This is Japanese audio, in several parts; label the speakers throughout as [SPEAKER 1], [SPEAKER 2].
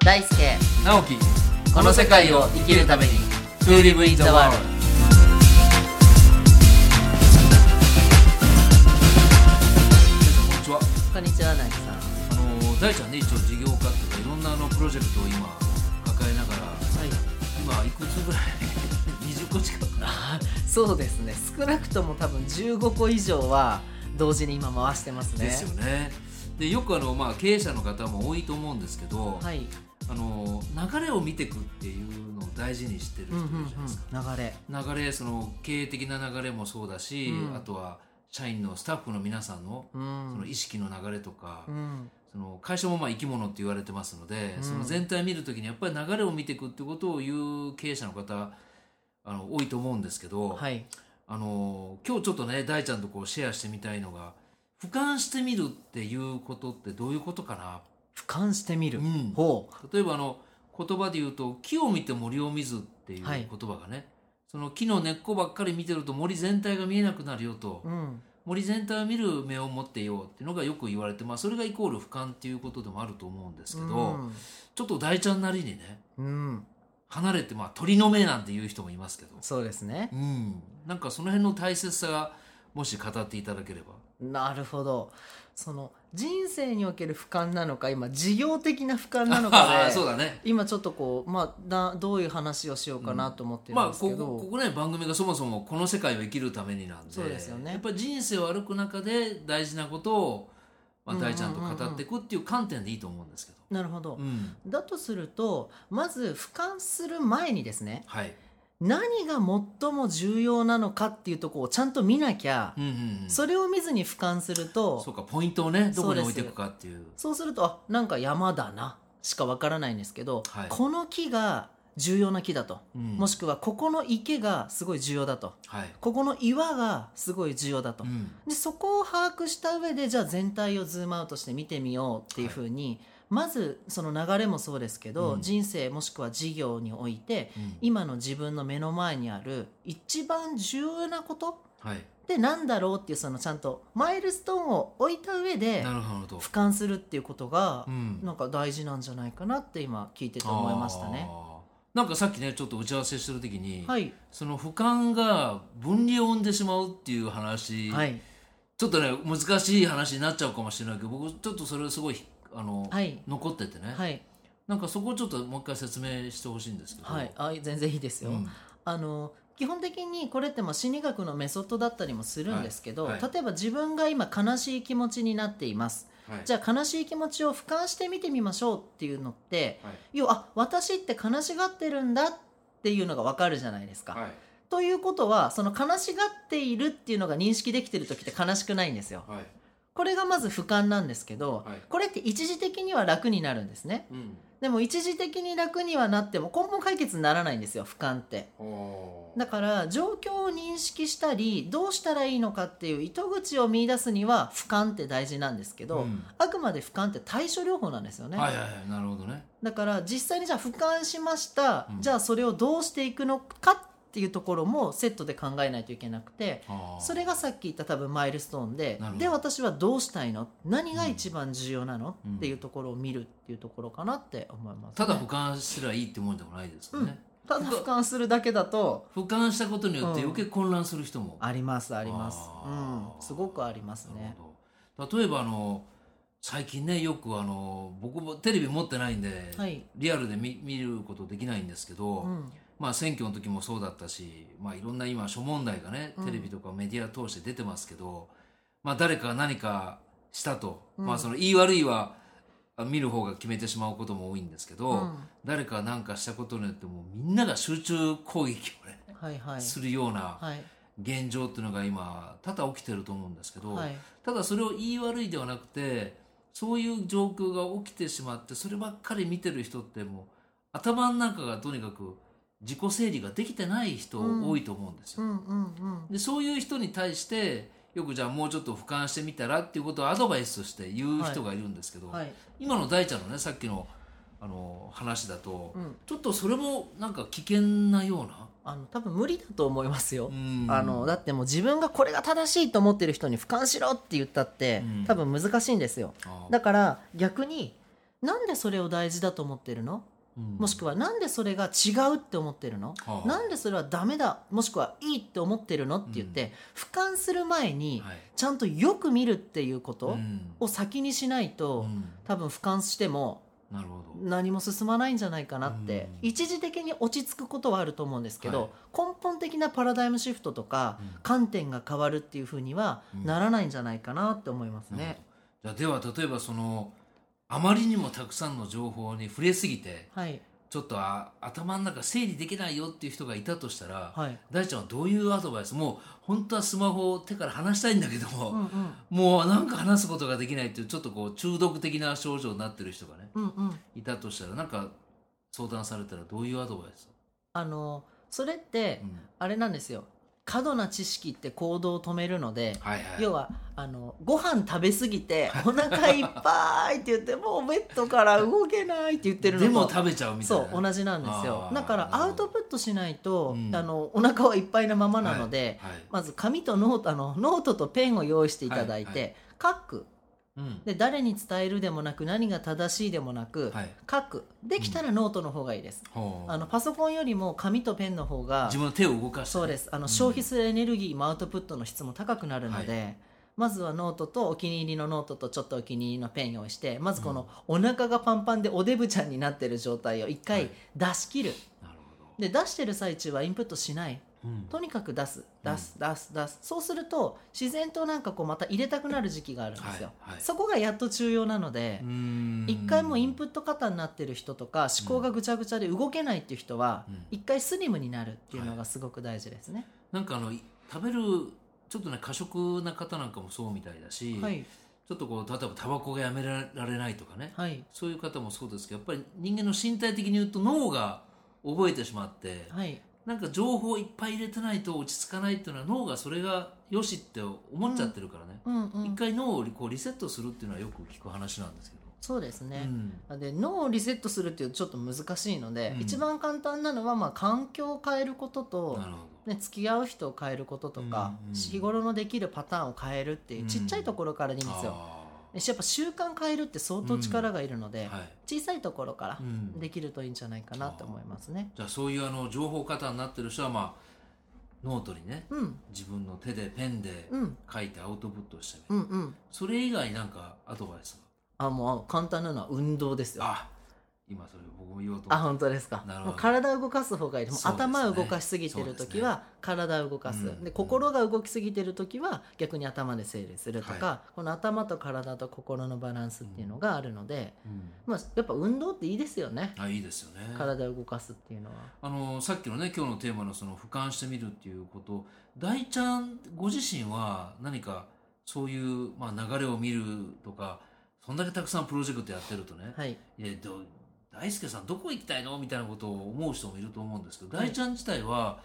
[SPEAKER 1] 大輔
[SPEAKER 2] 直樹
[SPEAKER 1] この世界を生きるために
[SPEAKER 2] To live in the world こんにちは
[SPEAKER 1] こんにちは大樹さん
[SPEAKER 2] あの大ちゃんね一応事業家とかいろんなあのプロジェクトを今抱えながら
[SPEAKER 1] はい
[SPEAKER 2] 今いくつぐらい 20個近く
[SPEAKER 1] あそうですね少なくとも多分15個以上は同時に今回してますね
[SPEAKER 2] ですよねでよくあの、まあ、経営者の方も多いと思うんですけど、
[SPEAKER 1] はい
[SPEAKER 2] あの流れを見ていくっていうのを大事にしてる
[SPEAKER 1] う
[SPEAKER 2] 人
[SPEAKER 1] んうん
[SPEAKER 2] いうる
[SPEAKER 1] ん
[SPEAKER 2] じゃないですか、
[SPEAKER 1] 流れ
[SPEAKER 2] 流れその経営的な流れもそうだし、
[SPEAKER 1] うん
[SPEAKER 2] あとは社員のスタッフの皆さんの
[SPEAKER 1] う
[SPEAKER 2] その
[SPEAKER 1] ん
[SPEAKER 2] 意識の流れとか、
[SPEAKER 1] うん
[SPEAKER 2] その会社もまあ生き物って言われてますので、
[SPEAKER 1] うん
[SPEAKER 2] その全体見るときにやっぱり流れを見ていくってことを言う経営者の方あの多いと思うんですけど、
[SPEAKER 1] はい
[SPEAKER 2] あの今日ちょっとね大ちゃんとこうシェアしてみたいのが俯瞰してみるっていうことってどういうことかな、
[SPEAKER 1] 俯瞰してみる、
[SPEAKER 2] うん
[SPEAKER 1] ほ
[SPEAKER 2] 例えばあの言葉で言うと木を見て森を見ずっていう
[SPEAKER 1] はい
[SPEAKER 2] 言葉がね、その木の根っこばっかり見てると森全体が見えなくなるよと、
[SPEAKER 1] ううん
[SPEAKER 2] 森全体を見る目を持っていようっていうのがよく言われて、まあ、それがイコール俯瞰っていうことでもあると思うんですけど、ちょっと大ちゃんなりにね
[SPEAKER 1] うん、うん、
[SPEAKER 2] 離れて、まあ、鳥の目なんて言う人もいますけど、
[SPEAKER 1] そうですね
[SPEAKER 2] うん、なんかその辺の大切さがもし語っていただければ。
[SPEAKER 1] なるほどその人生における俯瞰なのか今事業的な俯瞰なのか
[SPEAKER 2] あ
[SPEAKER 1] で
[SPEAKER 2] ーそうだね
[SPEAKER 1] 今ちょっとこう、まあ、だどういう話をしようかなと思ってる
[SPEAKER 2] ま
[SPEAKER 1] ん
[SPEAKER 2] あ
[SPEAKER 1] ですけ
[SPEAKER 2] こ
[SPEAKER 1] ど、
[SPEAKER 2] こここね番組がそもそもこの世界を生きるためになんで
[SPEAKER 1] そうですよね
[SPEAKER 2] やっぱり人生を歩く中で大事なことを、まあ、
[SPEAKER 1] うんうんうんう
[SPEAKER 2] 大
[SPEAKER 1] ん
[SPEAKER 2] ちゃんと語っていくっていう観点でいいと思うんですけど、
[SPEAKER 1] なるほど、
[SPEAKER 2] うん
[SPEAKER 1] だとするとまず俯瞰する前にですね
[SPEAKER 2] はい
[SPEAKER 1] 何が最も重要なのかっていうところをちゃんと見なきゃ
[SPEAKER 2] う、んうんうん、
[SPEAKER 1] それを見ずに俯瞰すると
[SPEAKER 2] そうかポイントをねどこ
[SPEAKER 1] そ
[SPEAKER 2] に
[SPEAKER 1] う
[SPEAKER 2] 置い
[SPEAKER 1] です
[SPEAKER 2] ていくかっていう
[SPEAKER 1] そうするとあなんか山だなしかわからないんですけど、
[SPEAKER 2] はい
[SPEAKER 1] この木が重要な木だと、
[SPEAKER 2] うん
[SPEAKER 1] もしくはここの池がすごい重要だと
[SPEAKER 2] はい、
[SPEAKER 1] ここの岩がすごい重要だと、
[SPEAKER 2] うん
[SPEAKER 1] でそこを把握した上でじゃあ全体をズームアウトして見てみようっていうふうに、まずその流れもそうですけど、
[SPEAKER 2] うん
[SPEAKER 1] 人生もしくは事業において
[SPEAKER 2] うん
[SPEAKER 1] 今の自分の目の前にある一番重要なこと
[SPEAKER 2] はい、
[SPEAKER 1] ってなんだろうっていうそのちゃんとマイルストーンを置いた上で
[SPEAKER 2] なるほど、
[SPEAKER 1] 俯瞰するっていうことが
[SPEAKER 2] うん、
[SPEAKER 1] なんか大事なんじゃないかなって今聞いてて思いましたね。
[SPEAKER 2] あーなんかさっきねちょっと打ち合わせしてる時に、
[SPEAKER 1] はい、
[SPEAKER 2] その俯瞰が分離を生んでしまうっていう話、
[SPEAKER 1] はい、
[SPEAKER 2] ちょっとね難しい話になっちゃうかもしれないけど僕ちょっとそれすごいあの、
[SPEAKER 1] はい
[SPEAKER 2] 残っててね、
[SPEAKER 1] はい、
[SPEAKER 2] なんかそこをちょっともう一回説明してほしいんですけど、
[SPEAKER 1] はい、あ全然いいですよ。
[SPEAKER 2] うん
[SPEAKER 1] あの基本的にこれってまあ心理学のメソッドだったりもするんですけど、
[SPEAKER 2] はいはい
[SPEAKER 1] 例えば自分が今悲しい気持ちになっています、
[SPEAKER 2] はい
[SPEAKER 1] じゃあ悲しい気持ちを俯瞰して見てみましょうっていうのって
[SPEAKER 2] はい
[SPEAKER 1] 要はあ私って悲しがってるんだっていうのがわかるじゃないですか、
[SPEAKER 2] はい
[SPEAKER 1] ということはその悲しがっているっていうのが認識できてる時って悲しくないんですよ
[SPEAKER 2] はい
[SPEAKER 1] これがまず俯瞰なんですけど、
[SPEAKER 2] はい
[SPEAKER 1] これって一時的には楽になるんですね
[SPEAKER 2] うん
[SPEAKER 1] でも一時的に楽にはなっても根本解決にならないんですよ俯瞰って
[SPEAKER 2] おー
[SPEAKER 1] だから状況を認識したりどうしたらいいのかっていう糸口を見出すには俯瞰って大事なんですけど、
[SPEAKER 2] うん
[SPEAKER 1] あくまで俯瞰って対処療法なんですよね、
[SPEAKER 2] はいはいはいなるほどね
[SPEAKER 1] だから実際にじゃあ俯瞰しました、
[SPEAKER 2] うん
[SPEAKER 1] じゃあそれをどうしていくのかっていうところもセットで考えないといけなくて
[SPEAKER 2] あー
[SPEAKER 1] それがさっき言った多分マイルストーンで
[SPEAKER 2] なるほど
[SPEAKER 1] で私はどうしたいの何が一番重要なの、
[SPEAKER 2] うん
[SPEAKER 1] っていうところを見るっていうところかなって思います、ね、
[SPEAKER 2] ただ俯瞰すればいいってもんでもないですよね、
[SPEAKER 1] ただ俯瞰するだけだと
[SPEAKER 2] 俯瞰したことによって
[SPEAKER 1] うん
[SPEAKER 2] 余計混乱する人も、
[SPEAKER 1] ありますあります
[SPEAKER 2] あー
[SPEAKER 1] うんすごくありますね
[SPEAKER 2] なるほど例えばあの最近ねよくあの僕もテレビ持ってないんで、
[SPEAKER 1] はい
[SPEAKER 2] リアルで見見ることできないんですけど、
[SPEAKER 1] うん
[SPEAKER 2] まあ、選挙の時もそうだったし、まあ、いろんな今諸問題がね
[SPEAKER 1] うん
[SPEAKER 2] テレビとかメディア通して出てますけど、まあ、誰かが何かしたと、
[SPEAKER 1] うん
[SPEAKER 2] まあ、その言い悪いはあ見る方が決めてしまうことも多いんですけど、
[SPEAKER 1] うん
[SPEAKER 2] 誰かが何かしたことによってもうみんなが集中攻撃をね、
[SPEAKER 1] はいはい
[SPEAKER 2] するような
[SPEAKER 1] はい
[SPEAKER 2] 現状っていうのが今多々起きてると思うんですけど、
[SPEAKER 1] はい
[SPEAKER 2] ただそれを言い悪いではなくてそういう状況が起きてしまってそればっかり見てる人ってもう頭の中がとにかく自己整理ができてない人多いと思うんです
[SPEAKER 1] う
[SPEAKER 2] よ。
[SPEAKER 1] んうんうん
[SPEAKER 2] でそういう人に対してよくじゃあもうちょっと俯瞰してみたらっていうことをアドバイスとして言う人がいるんですけど、
[SPEAKER 1] はい
[SPEAKER 2] 今の大ちゃんのねさっきのあの話だと、
[SPEAKER 1] うん
[SPEAKER 2] ちょっとそれもなんか危険なような。
[SPEAKER 1] あの多分無理だと思いますよ
[SPEAKER 2] うん
[SPEAKER 1] あのだってもう自分がこれが正しいと思ってる人に俯瞰しろって言ったって
[SPEAKER 2] うん
[SPEAKER 1] 多分難しいんですよ
[SPEAKER 2] あー
[SPEAKER 1] だから逆になんでそれを大事だと思ってるのもしくはなんでそれが違うって思ってるの
[SPEAKER 2] はあ
[SPEAKER 1] なんでそれはダメだもしくはいいって思ってるのって言って、俯瞰する前に
[SPEAKER 2] はい
[SPEAKER 1] ちゃんとよく見るっていうこ
[SPEAKER 2] う
[SPEAKER 1] と
[SPEAKER 2] ん
[SPEAKER 1] を先にしないと、
[SPEAKER 2] うん
[SPEAKER 1] 多分俯瞰しても
[SPEAKER 2] なるほど
[SPEAKER 1] 何も進まないんじゃないかなって、
[SPEAKER 2] うん
[SPEAKER 1] 一時的に落ち着くことはあると思うんですけど、
[SPEAKER 2] はい
[SPEAKER 1] 根本的なパラダイムシフトとか、
[SPEAKER 2] うん
[SPEAKER 1] 観点が変わるっていうふうには
[SPEAKER 2] うん
[SPEAKER 1] ならないんじゃないかなって思います
[SPEAKER 2] なる
[SPEAKER 1] ね。
[SPEAKER 2] ほどじゃあでは例えばそのあまりにもたくさんの情報に触れすぎて
[SPEAKER 1] はい、
[SPEAKER 2] ちょっとあ頭の中整理できないよっていう人がいたとしたら、
[SPEAKER 1] はい、
[SPEAKER 2] 大ちゃんはどういうアドバイスもう本当はスマホを手から離したいんだけども、
[SPEAKER 1] うんうん
[SPEAKER 2] もうなんか話すことができないっていうちょっとこう中毒的な症状になってる人がね
[SPEAKER 1] うんうん
[SPEAKER 2] いたとしたらなんか相談されたらどういうアドバイス、
[SPEAKER 1] あのそれって
[SPEAKER 2] うん
[SPEAKER 1] あれなんですよ過度な知識って行動を止めるので、
[SPEAKER 2] はいはい
[SPEAKER 1] 要はあのご飯食べ過ぎてお腹いっぱいって言って もうベッドから動けないって言ってるのと
[SPEAKER 2] でも食べちゃうみたいな
[SPEAKER 1] そう同じなんですよ
[SPEAKER 2] あー
[SPEAKER 1] だから
[SPEAKER 2] なるほど
[SPEAKER 1] アウトプットしないと、
[SPEAKER 2] うん
[SPEAKER 1] あのお腹はいっぱいなままなので、
[SPEAKER 2] はいはい
[SPEAKER 1] まず紙とノートあのノートとペンを用意していただいて、
[SPEAKER 2] はいは
[SPEAKER 1] 書く
[SPEAKER 2] うん
[SPEAKER 1] で誰に伝えるでもなく何が正しいでもなく、
[SPEAKER 2] はい
[SPEAKER 1] 書くできたらノートの方がいいです、
[SPEAKER 2] ほう
[SPEAKER 1] あのパソコンよりも紙とペンの方が
[SPEAKER 2] 自分の手を動かして
[SPEAKER 1] そうですあの消費するエネルギーもアウトプットの質も高くなるので、まずはノートとお気に入りのノートとちょっとお気に入りのペン用意してまずこのお腹がパンパンでおデブちゃんになってる状態を一
[SPEAKER 2] は
[SPEAKER 1] 回
[SPEAKER 2] い
[SPEAKER 1] 出し切る、
[SPEAKER 2] なるほ
[SPEAKER 1] で出してる最中はインプットしない
[SPEAKER 2] ど、うん
[SPEAKER 1] とにかく出す出す出す出すそうすると自然となんかこうまた入れたくなる時期があるんですよ、
[SPEAKER 2] はいはい
[SPEAKER 1] そこがやっと重要なので
[SPEAKER 2] うーん
[SPEAKER 1] 一回もうインプット型になってる人とか思考がぐちゃぐちゃで動けないっていう人は
[SPEAKER 2] うん
[SPEAKER 1] 一回スリムになるっていうのがすごく大事ですね、
[SPEAKER 2] なんかあのい食べるちょっとね過食な方なんかもそうみたいだし、
[SPEAKER 1] はい
[SPEAKER 2] ちょっとこう例えばタバコがやめられないとかね、
[SPEAKER 1] はい
[SPEAKER 2] そういう方もそうですけどやっぱり人間の身体的に言うと脳が覚えてしまって、
[SPEAKER 1] はい
[SPEAKER 2] なんか情報をいっぱい入れてないと落ち着かないっていうのは脳がそれがよしって思っちゃってるからね、
[SPEAKER 1] うんう
[SPEAKER 2] 一
[SPEAKER 1] ん
[SPEAKER 2] 回脳をこうリセットするっていうのはよく聞く話なんですけど。
[SPEAKER 1] そうですね、
[SPEAKER 2] うん
[SPEAKER 1] で脳をリセットするっていうとちょっと難しいので、
[SPEAKER 2] うん
[SPEAKER 1] 一番簡単なのはまあ環境を変えることと
[SPEAKER 2] なるほ
[SPEAKER 1] ね、付き合う人を変えることとか、
[SPEAKER 2] うんうん
[SPEAKER 1] 日頃のできるパターンを変えるっていううんちっちゃいところからでいいん
[SPEAKER 2] ど
[SPEAKER 1] ですよ、
[SPEAKER 2] あ
[SPEAKER 1] やっぱ習慣変えるって相当力がいるので、
[SPEAKER 2] ーはい
[SPEAKER 1] 小さいところから
[SPEAKER 2] うん
[SPEAKER 1] できるといいんじゃないかなと思いますね
[SPEAKER 2] じゃあそういうあの情報過多になってる人はまあノートにね
[SPEAKER 1] うん
[SPEAKER 2] 自分の手でペンで
[SPEAKER 1] うん
[SPEAKER 2] 書いてアウトプットしてみる、
[SPEAKER 1] うんうん
[SPEAKER 2] それ以外なんかアドバイス
[SPEAKER 1] あもう簡単なのは運動ですよ
[SPEAKER 2] はあ今それ僕も言おうと思
[SPEAKER 1] あ
[SPEAKER 2] った
[SPEAKER 1] 本当ですか
[SPEAKER 2] なるほど
[SPEAKER 1] もう体を動かす方がいいもう
[SPEAKER 2] そうですね
[SPEAKER 1] 頭を動かしすぎてる時は体を動かす
[SPEAKER 2] う
[SPEAKER 1] で,、
[SPEAKER 2] ん
[SPEAKER 1] 心が動きすぎてる時は逆に頭で整理するとか、
[SPEAKER 2] は
[SPEAKER 1] この頭と体と心のバランスっていうのがあるので、
[SPEAKER 2] うん
[SPEAKER 1] まあ、やっぱ運動っていいですよね、
[SPEAKER 2] あいいですよね
[SPEAKER 1] 体を動かすっていうのは
[SPEAKER 2] あのさっきのね今日のテーマのその俯瞰してみるっていうこと大ちゃんご自身は何かそういう、まあ、流れを見るとかそんだけたくさんプロジェクトやってるとね、
[SPEAKER 1] はい
[SPEAKER 2] いやど大輔さんどこ行きたいのみたいなことを思う人もいると思うんですけど、
[SPEAKER 1] はい
[SPEAKER 2] 大ちゃん自体は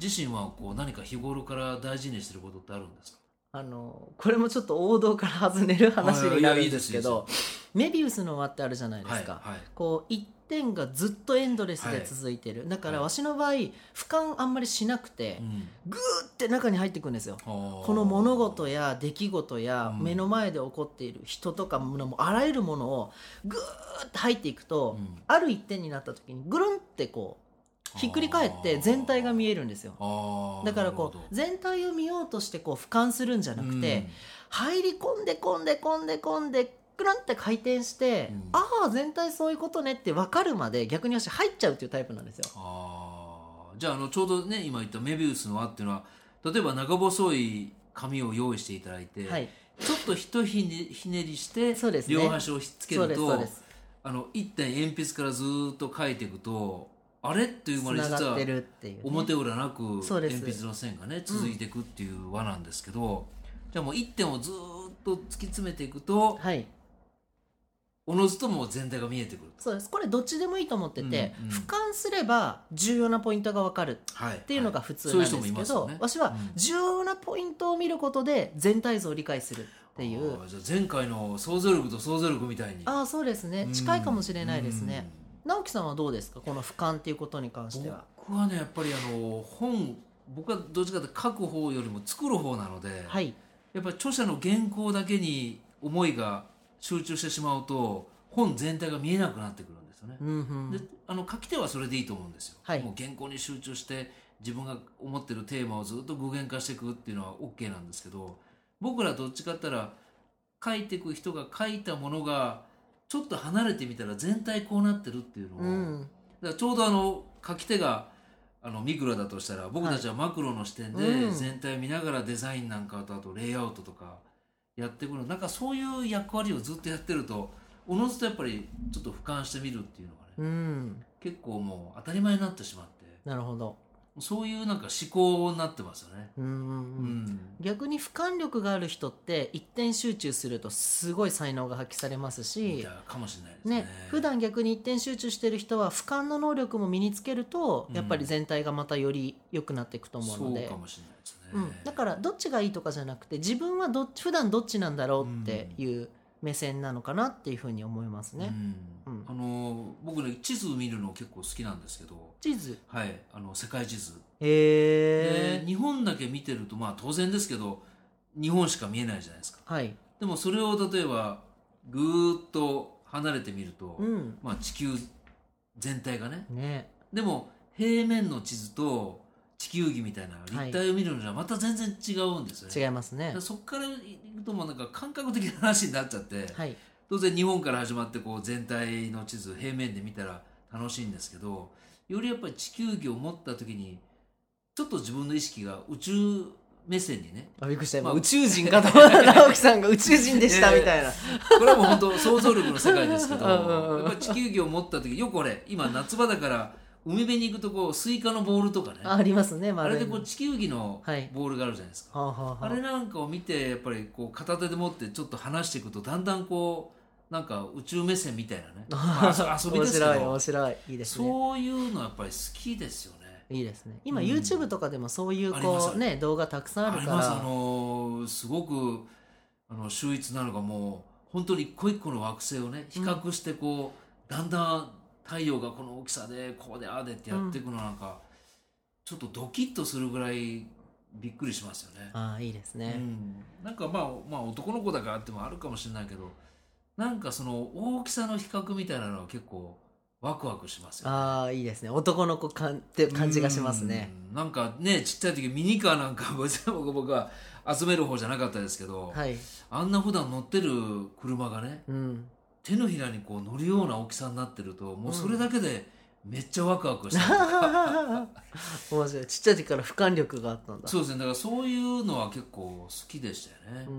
[SPEAKER 2] 自身はこう何か日頃から大事にしてることってあるんですか
[SPEAKER 1] あのこれもちょっと王道から外れる話になるんですけ
[SPEAKER 2] いやい
[SPEAKER 1] どメビウスの輪ってあるじゃないですか、
[SPEAKER 2] はいはい
[SPEAKER 1] こう一点がずっとエンドレスで続いてる、だからわしの場合俯瞰あんまりしなくて、
[SPEAKER 2] うん
[SPEAKER 1] グーって中に入ってくるんですよ
[SPEAKER 2] こ
[SPEAKER 1] この物事や出来事や
[SPEAKER 2] うん
[SPEAKER 1] 目の前で起こっている人とかものもあらゆるものをグーって入っていくと、
[SPEAKER 2] うん
[SPEAKER 1] ある一点になった時にぐるんってこうひっくり返って全体が見えるんですよだからこう全体を見ようとしてこう俯瞰するんじゃなくて、入り込んで込んで込んで込んでくらんって回転して、
[SPEAKER 2] うん
[SPEAKER 1] ああ全体そういうことねって分かるまで逆に私入っちゃうっていうタイプなんですよ。
[SPEAKER 2] あーじゃああのちょうどね今言ったメビウスの輪っていうのは例えば長細い紙を用意していただいて、
[SPEAKER 1] はい、
[SPEAKER 2] ちょっとひとひねひねりして
[SPEAKER 1] そうですね
[SPEAKER 2] 両端をひっつけ
[SPEAKER 1] そう
[SPEAKER 2] る
[SPEAKER 1] ですそう
[SPEAKER 2] と
[SPEAKER 1] です
[SPEAKER 2] あの一点鉛筆からずーっと書いていくとあれっていう
[SPEAKER 1] つ
[SPEAKER 2] まで
[SPEAKER 1] な
[SPEAKER 2] 実
[SPEAKER 1] がっ
[SPEAKER 2] は
[SPEAKER 1] てるっていうね、
[SPEAKER 2] 表裏なく鉛
[SPEAKER 1] そうです
[SPEAKER 2] 筆の線がね続いていくっていう輪なんですけど、じゃあもう一点をずーっと突き詰めていくと
[SPEAKER 1] はい
[SPEAKER 2] おのずともう全体が見えてくる。
[SPEAKER 1] そうですこれどっちでもいいと思ってて、
[SPEAKER 2] うんうん
[SPEAKER 1] 俯瞰すれば重要なポイントが分かる
[SPEAKER 2] はい、っ
[SPEAKER 1] っていうのが普通なんですけど、わしは重要なポイントを見ることで全体像を理解するっていう
[SPEAKER 2] あーじゃあ前回の想像力と想像力みたいに
[SPEAKER 1] ああそうですね
[SPEAKER 2] うん
[SPEAKER 1] 近いかもしれないですね、直樹さんはどうですかこの俯瞰っていうことに関
[SPEAKER 2] う
[SPEAKER 1] し
[SPEAKER 2] ん
[SPEAKER 1] ては
[SPEAKER 2] 僕はねやっぱりあの本僕はどっちかというと書く方よりも作る方なので、
[SPEAKER 1] はい
[SPEAKER 2] やっぱり著者の原稿だけに思いが集中してしまうと本全体が見えなくなってくるんですよね。
[SPEAKER 1] うんうん
[SPEAKER 2] であの書き手はそれでいいと思うんですよ。
[SPEAKER 1] はい
[SPEAKER 2] もう原稿に集中して自分が思ってるテーマをずっと具現化していくっていうのは OK なんですけど僕らどっちかって言ったら書いていく人が書いたものがちょっと離れてみたら全体こうなってるっていうのを、
[SPEAKER 1] うん
[SPEAKER 2] だからちょうどあの書き手があのミクロだとしたら僕たちはマクロの視点
[SPEAKER 1] う
[SPEAKER 2] で
[SPEAKER 1] ん
[SPEAKER 2] 全体見ながらデザインなんかとあとレイアウトとかやってくるなんかそういう役割をずっとやってるとおのずとやっぱりちょっと俯瞰してみるっていうのがね、
[SPEAKER 1] うん
[SPEAKER 2] 結構もう当たり前になってしまって
[SPEAKER 1] なるほど
[SPEAKER 2] そういうなんか思考になってますよね。
[SPEAKER 1] うんうん
[SPEAKER 2] う
[SPEAKER 1] うん
[SPEAKER 2] ん
[SPEAKER 1] 逆に俯瞰力がある人って一点集中するとすごい才能が発揮されます
[SPEAKER 2] い
[SPEAKER 1] し
[SPEAKER 2] やかもしれないですね
[SPEAKER 1] ね、普段逆に一点集中してる人は俯瞰の能力も身につけると、
[SPEAKER 2] うん
[SPEAKER 1] やっぱり全体がまたより良くなっていくと思うの
[SPEAKER 2] そう
[SPEAKER 1] で
[SPEAKER 2] かもしれないですね。
[SPEAKER 1] うん、だからどっちがいいとかじゃなくて自分はどっち普段どっちなんだろうっていう目線なのかなっていうふうに思いますね。
[SPEAKER 2] うん
[SPEAKER 1] うん
[SPEAKER 2] あの僕ね地図見るの結構好きなんですけど、
[SPEAKER 1] 地図
[SPEAKER 2] はい、あの世界地図で
[SPEAKER 1] へえ
[SPEAKER 2] 日本だけ見てるとまあ当然ですけど日本しか見えないじゃないですか
[SPEAKER 1] はい、
[SPEAKER 2] でもそれを例えばぐーっと離れてみると、
[SPEAKER 1] うん
[SPEAKER 2] まあ、地球全体がね
[SPEAKER 1] ね、
[SPEAKER 2] でも平面の地図と地球儀みたいな立体を見るのじゃまた全然違うんですよね、
[SPEAKER 1] 違いますね
[SPEAKER 2] だから。そこからいくともうなんか感覚的な話になっちゃって、
[SPEAKER 1] はい、
[SPEAKER 2] 当然日本から始まってこう全体の地図平面で見たら楽しいんですけどよりやっぱり地球儀を持った時にちょっと自分の意識が宇宙目線にね
[SPEAKER 1] あびっくりした、
[SPEAKER 2] まあ
[SPEAKER 1] 今宇宙人かと思った直樹さんが宇宙人でした
[SPEAKER 2] いやいや
[SPEAKER 1] みたいな。
[SPEAKER 2] これはもう本当想像力の世界ですけど
[SPEAKER 1] うんうんうん
[SPEAKER 2] やっぱり地球儀を持った時よく俺今夏場だから海辺に行くとこうスイカのボールとかね
[SPEAKER 1] あありますね、
[SPEAKER 2] あ
[SPEAKER 1] 丸
[SPEAKER 2] れ
[SPEAKER 1] い
[SPEAKER 2] で
[SPEAKER 1] の
[SPEAKER 2] こう地球儀の
[SPEAKER 1] はい
[SPEAKER 2] ボールがあるじゃないですか、
[SPEAKER 1] はあはあは
[SPEAKER 2] あれ
[SPEAKER 1] あ
[SPEAKER 2] なんかを見てやっぱりこう片手で持ってちょっと離していくとだんだんこうなんか宇宙目線みたいな ね、まあ遊び
[SPEAKER 1] 面
[SPEAKER 2] 遊びですけど
[SPEAKER 1] 白い面白いいいですね
[SPEAKER 2] そういうのはやっぱり好きですよね。
[SPEAKER 1] いいですね今
[SPEAKER 2] うん
[SPEAKER 1] YouTube とかでもそういう
[SPEAKER 2] ありま
[SPEAKER 1] こ
[SPEAKER 2] す
[SPEAKER 1] うね動画たくさん
[SPEAKER 2] あ
[SPEAKER 1] ある
[SPEAKER 2] り
[SPEAKER 1] か
[SPEAKER 2] ます。あ
[SPEAKER 1] ら
[SPEAKER 2] のーすごくあの秀逸なのがもう本当に一個一個の惑星をね比較してこう、だんだん太陽がこの大きさでこうでああでってやっていくのなんか、ちょっとドキッとするぐらいびっくりしますよね。
[SPEAKER 1] ああいいです
[SPEAKER 2] う
[SPEAKER 1] ね
[SPEAKER 2] ん、なんかまあまあ男の子だからってもあるかもしれないけどなんかその大きさの比較みたいなのは結構ワクワクしますよね。
[SPEAKER 1] ああいいですね男の子感って感じがしますね
[SPEAKER 2] うん。なんかね、ちっちゃい時ミニカーなんか別に僕僕は集める方じゃなかったですけど、
[SPEAKER 1] はい
[SPEAKER 2] あんな普段乗ってる車がね、
[SPEAKER 1] うん
[SPEAKER 2] 手のひらにこう乗るような大きさになってると、もうそれだけでめっちゃワクワクした りとか
[SPEAKER 1] 面白いちっちゃい時から俯瞰力があったんだ
[SPEAKER 2] そうですね、だからそういうのは結構好きでしたよね。
[SPEAKER 1] う
[SPEAKER 2] うん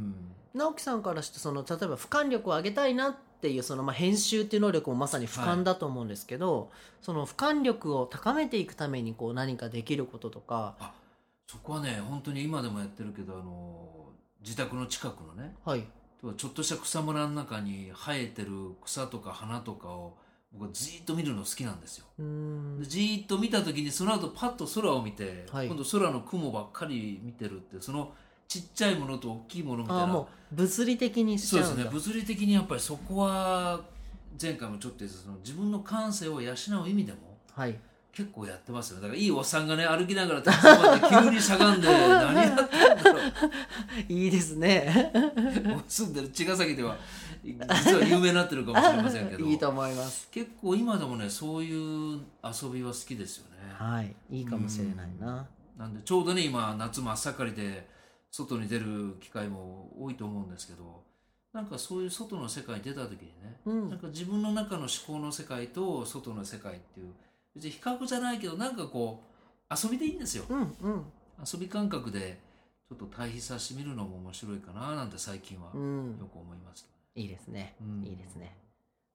[SPEAKER 2] ん
[SPEAKER 1] 直樹さんからしてその例えば俯瞰力を上げたいなっていうその、まあ、編集っていう能力もまさに俯瞰だと思うんですけど、その俯瞰力を高めていくためにこう何かできることとか
[SPEAKER 2] そこはね、本当に今でもやってるけど、あの、自宅の近くのね、
[SPEAKER 1] はい
[SPEAKER 2] ちょっとした草むらの中に生えてる草とか花とかを僕はじーっと見るの好きなんですよ。
[SPEAKER 1] うーん
[SPEAKER 2] じーっと見た時にその後パッと空を見て、
[SPEAKER 1] はい
[SPEAKER 2] 今度空の雲ばっかり見てるってそのちっちゃいものと大きいものみたい
[SPEAKER 1] あ
[SPEAKER 2] な
[SPEAKER 1] あもう物理的にし
[SPEAKER 2] そ
[SPEAKER 1] ち
[SPEAKER 2] う
[SPEAKER 1] ゃう
[SPEAKER 2] です
[SPEAKER 1] んだ
[SPEAKER 2] ね物理的にやっぱりそこは前回もちょっと言ってたその自分の感性を養う意味でも
[SPEAKER 1] はい
[SPEAKER 2] 結構やってますよねだからいいおっさんがね歩きながら立ち止まって急にしゃがんで何やってんだろう
[SPEAKER 1] いいですね
[SPEAKER 2] 住んでる茅ヶ崎では実は有名になってるかもしれませんけど
[SPEAKER 1] いいと思います
[SPEAKER 2] 結構今でもねそういう遊びは好きですよね。
[SPEAKER 1] はいいいかもしれないな
[SPEAKER 2] なんでちょうどね今夏真っ盛りで外に出る機会も多いと思うんですけどなんかそういう外の世界に出た時にね、
[SPEAKER 1] うん
[SPEAKER 2] なんか自分の中の思考の世界と外の世界っていう別に比較じゃないけどなんかこう遊びでいいんですよ
[SPEAKER 1] うんうん
[SPEAKER 2] 遊び感覚でちょっと対比させてみるのも面白いかななんて最近は
[SPEAKER 1] う
[SPEAKER 2] よ
[SPEAKER 1] ん
[SPEAKER 2] く思いますけ
[SPEAKER 1] いいですね
[SPEAKER 2] ど、うん
[SPEAKER 1] いいですね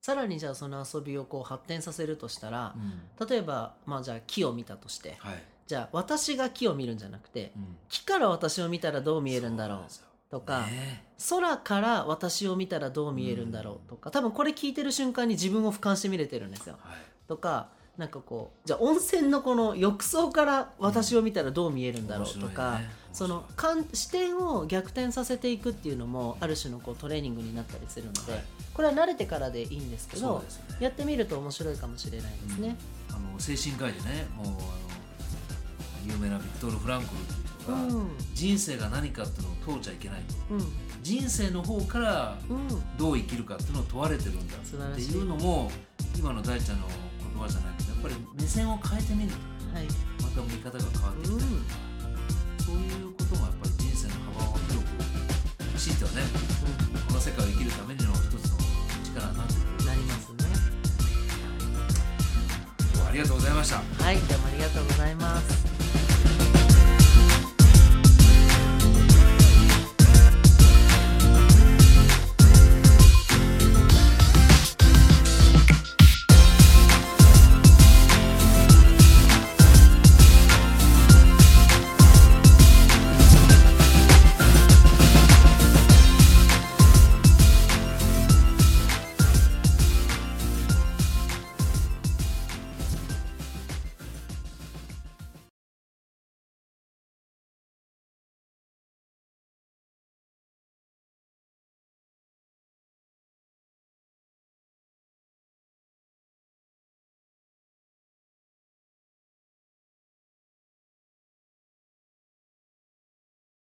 [SPEAKER 1] さらにじゃあその遊びをこう発展させるとしたら
[SPEAKER 2] う、ん
[SPEAKER 1] 例えばまあじゃあ木を見たとして
[SPEAKER 2] はい、
[SPEAKER 1] じゃあ私が木を見るんじゃなくて
[SPEAKER 2] うん
[SPEAKER 1] 木から私を見たらどう見えるんだろう
[SPEAKER 2] そなんですよ
[SPEAKER 1] とか
[SPEAKER 2] ね
[SPEAKER 1] 空から私を見たらどう見えるんだろうとか多分これ聞いてる瞬間に自分を俯瞰して見れてるんですよ
[SPEAKER 2] はい
[SPEAKER 1] とかなんかこうじゃあ温泉のこの浴槽から私を見たらどう見えるんだろうとか、
[SPEAKER 2] 面白いね
[SPEAKER 1] その観視点を逆転させていくっていうのもある種のこうトレーニングになったりするので、
[SPEAKER 2] はい
[SPEAKER 1] これは慣れてからでいいんですけ
[SPEAKER 2] そう
[SPEAKER 1] ど
[SPEAKER 2] ですね
[SPEAKER 1] やってみると面白いかもしれないですね。
[SPEAKER 2] あの精神科医でねもうあの有名なビクトル・フランクルっていう人がか、人生が何かっていうのを問うちゃいけないと
[SPEAKER 1] うん
[SPEAKER 2] 人生の方から
[SPEAKER 1] うんうん
[SPEAKER 2] どう生きるかっていうのを問われてるんだ
[SPEAKER 1] 素晴
[SPEAKER 2] っ
[SPEAKER 1] ら
[SPEAKER 2] て
[SPEAKER 1] しい
[SPEAKER 2] いうのも今の大ちゃんの言葉じゃなくてやっぱり目線を変えてみる
[SPEAKER 1] はい
[SPEAKER 2] また見方が変わってき
[SPEAKER 1] う
[SPEAKER 2] たり、
[SPEAKER 1] ん
[SPEAKER 2] そういうこともやっぱり人生の幅を広く強いてはねこの世界を生きるためにの一つの力になってくる
[SPEAKER 1] なりますね
[SPEAKER 2] 今日はありがとうございました
[SPEAKER 1] はいどうもありがとうございます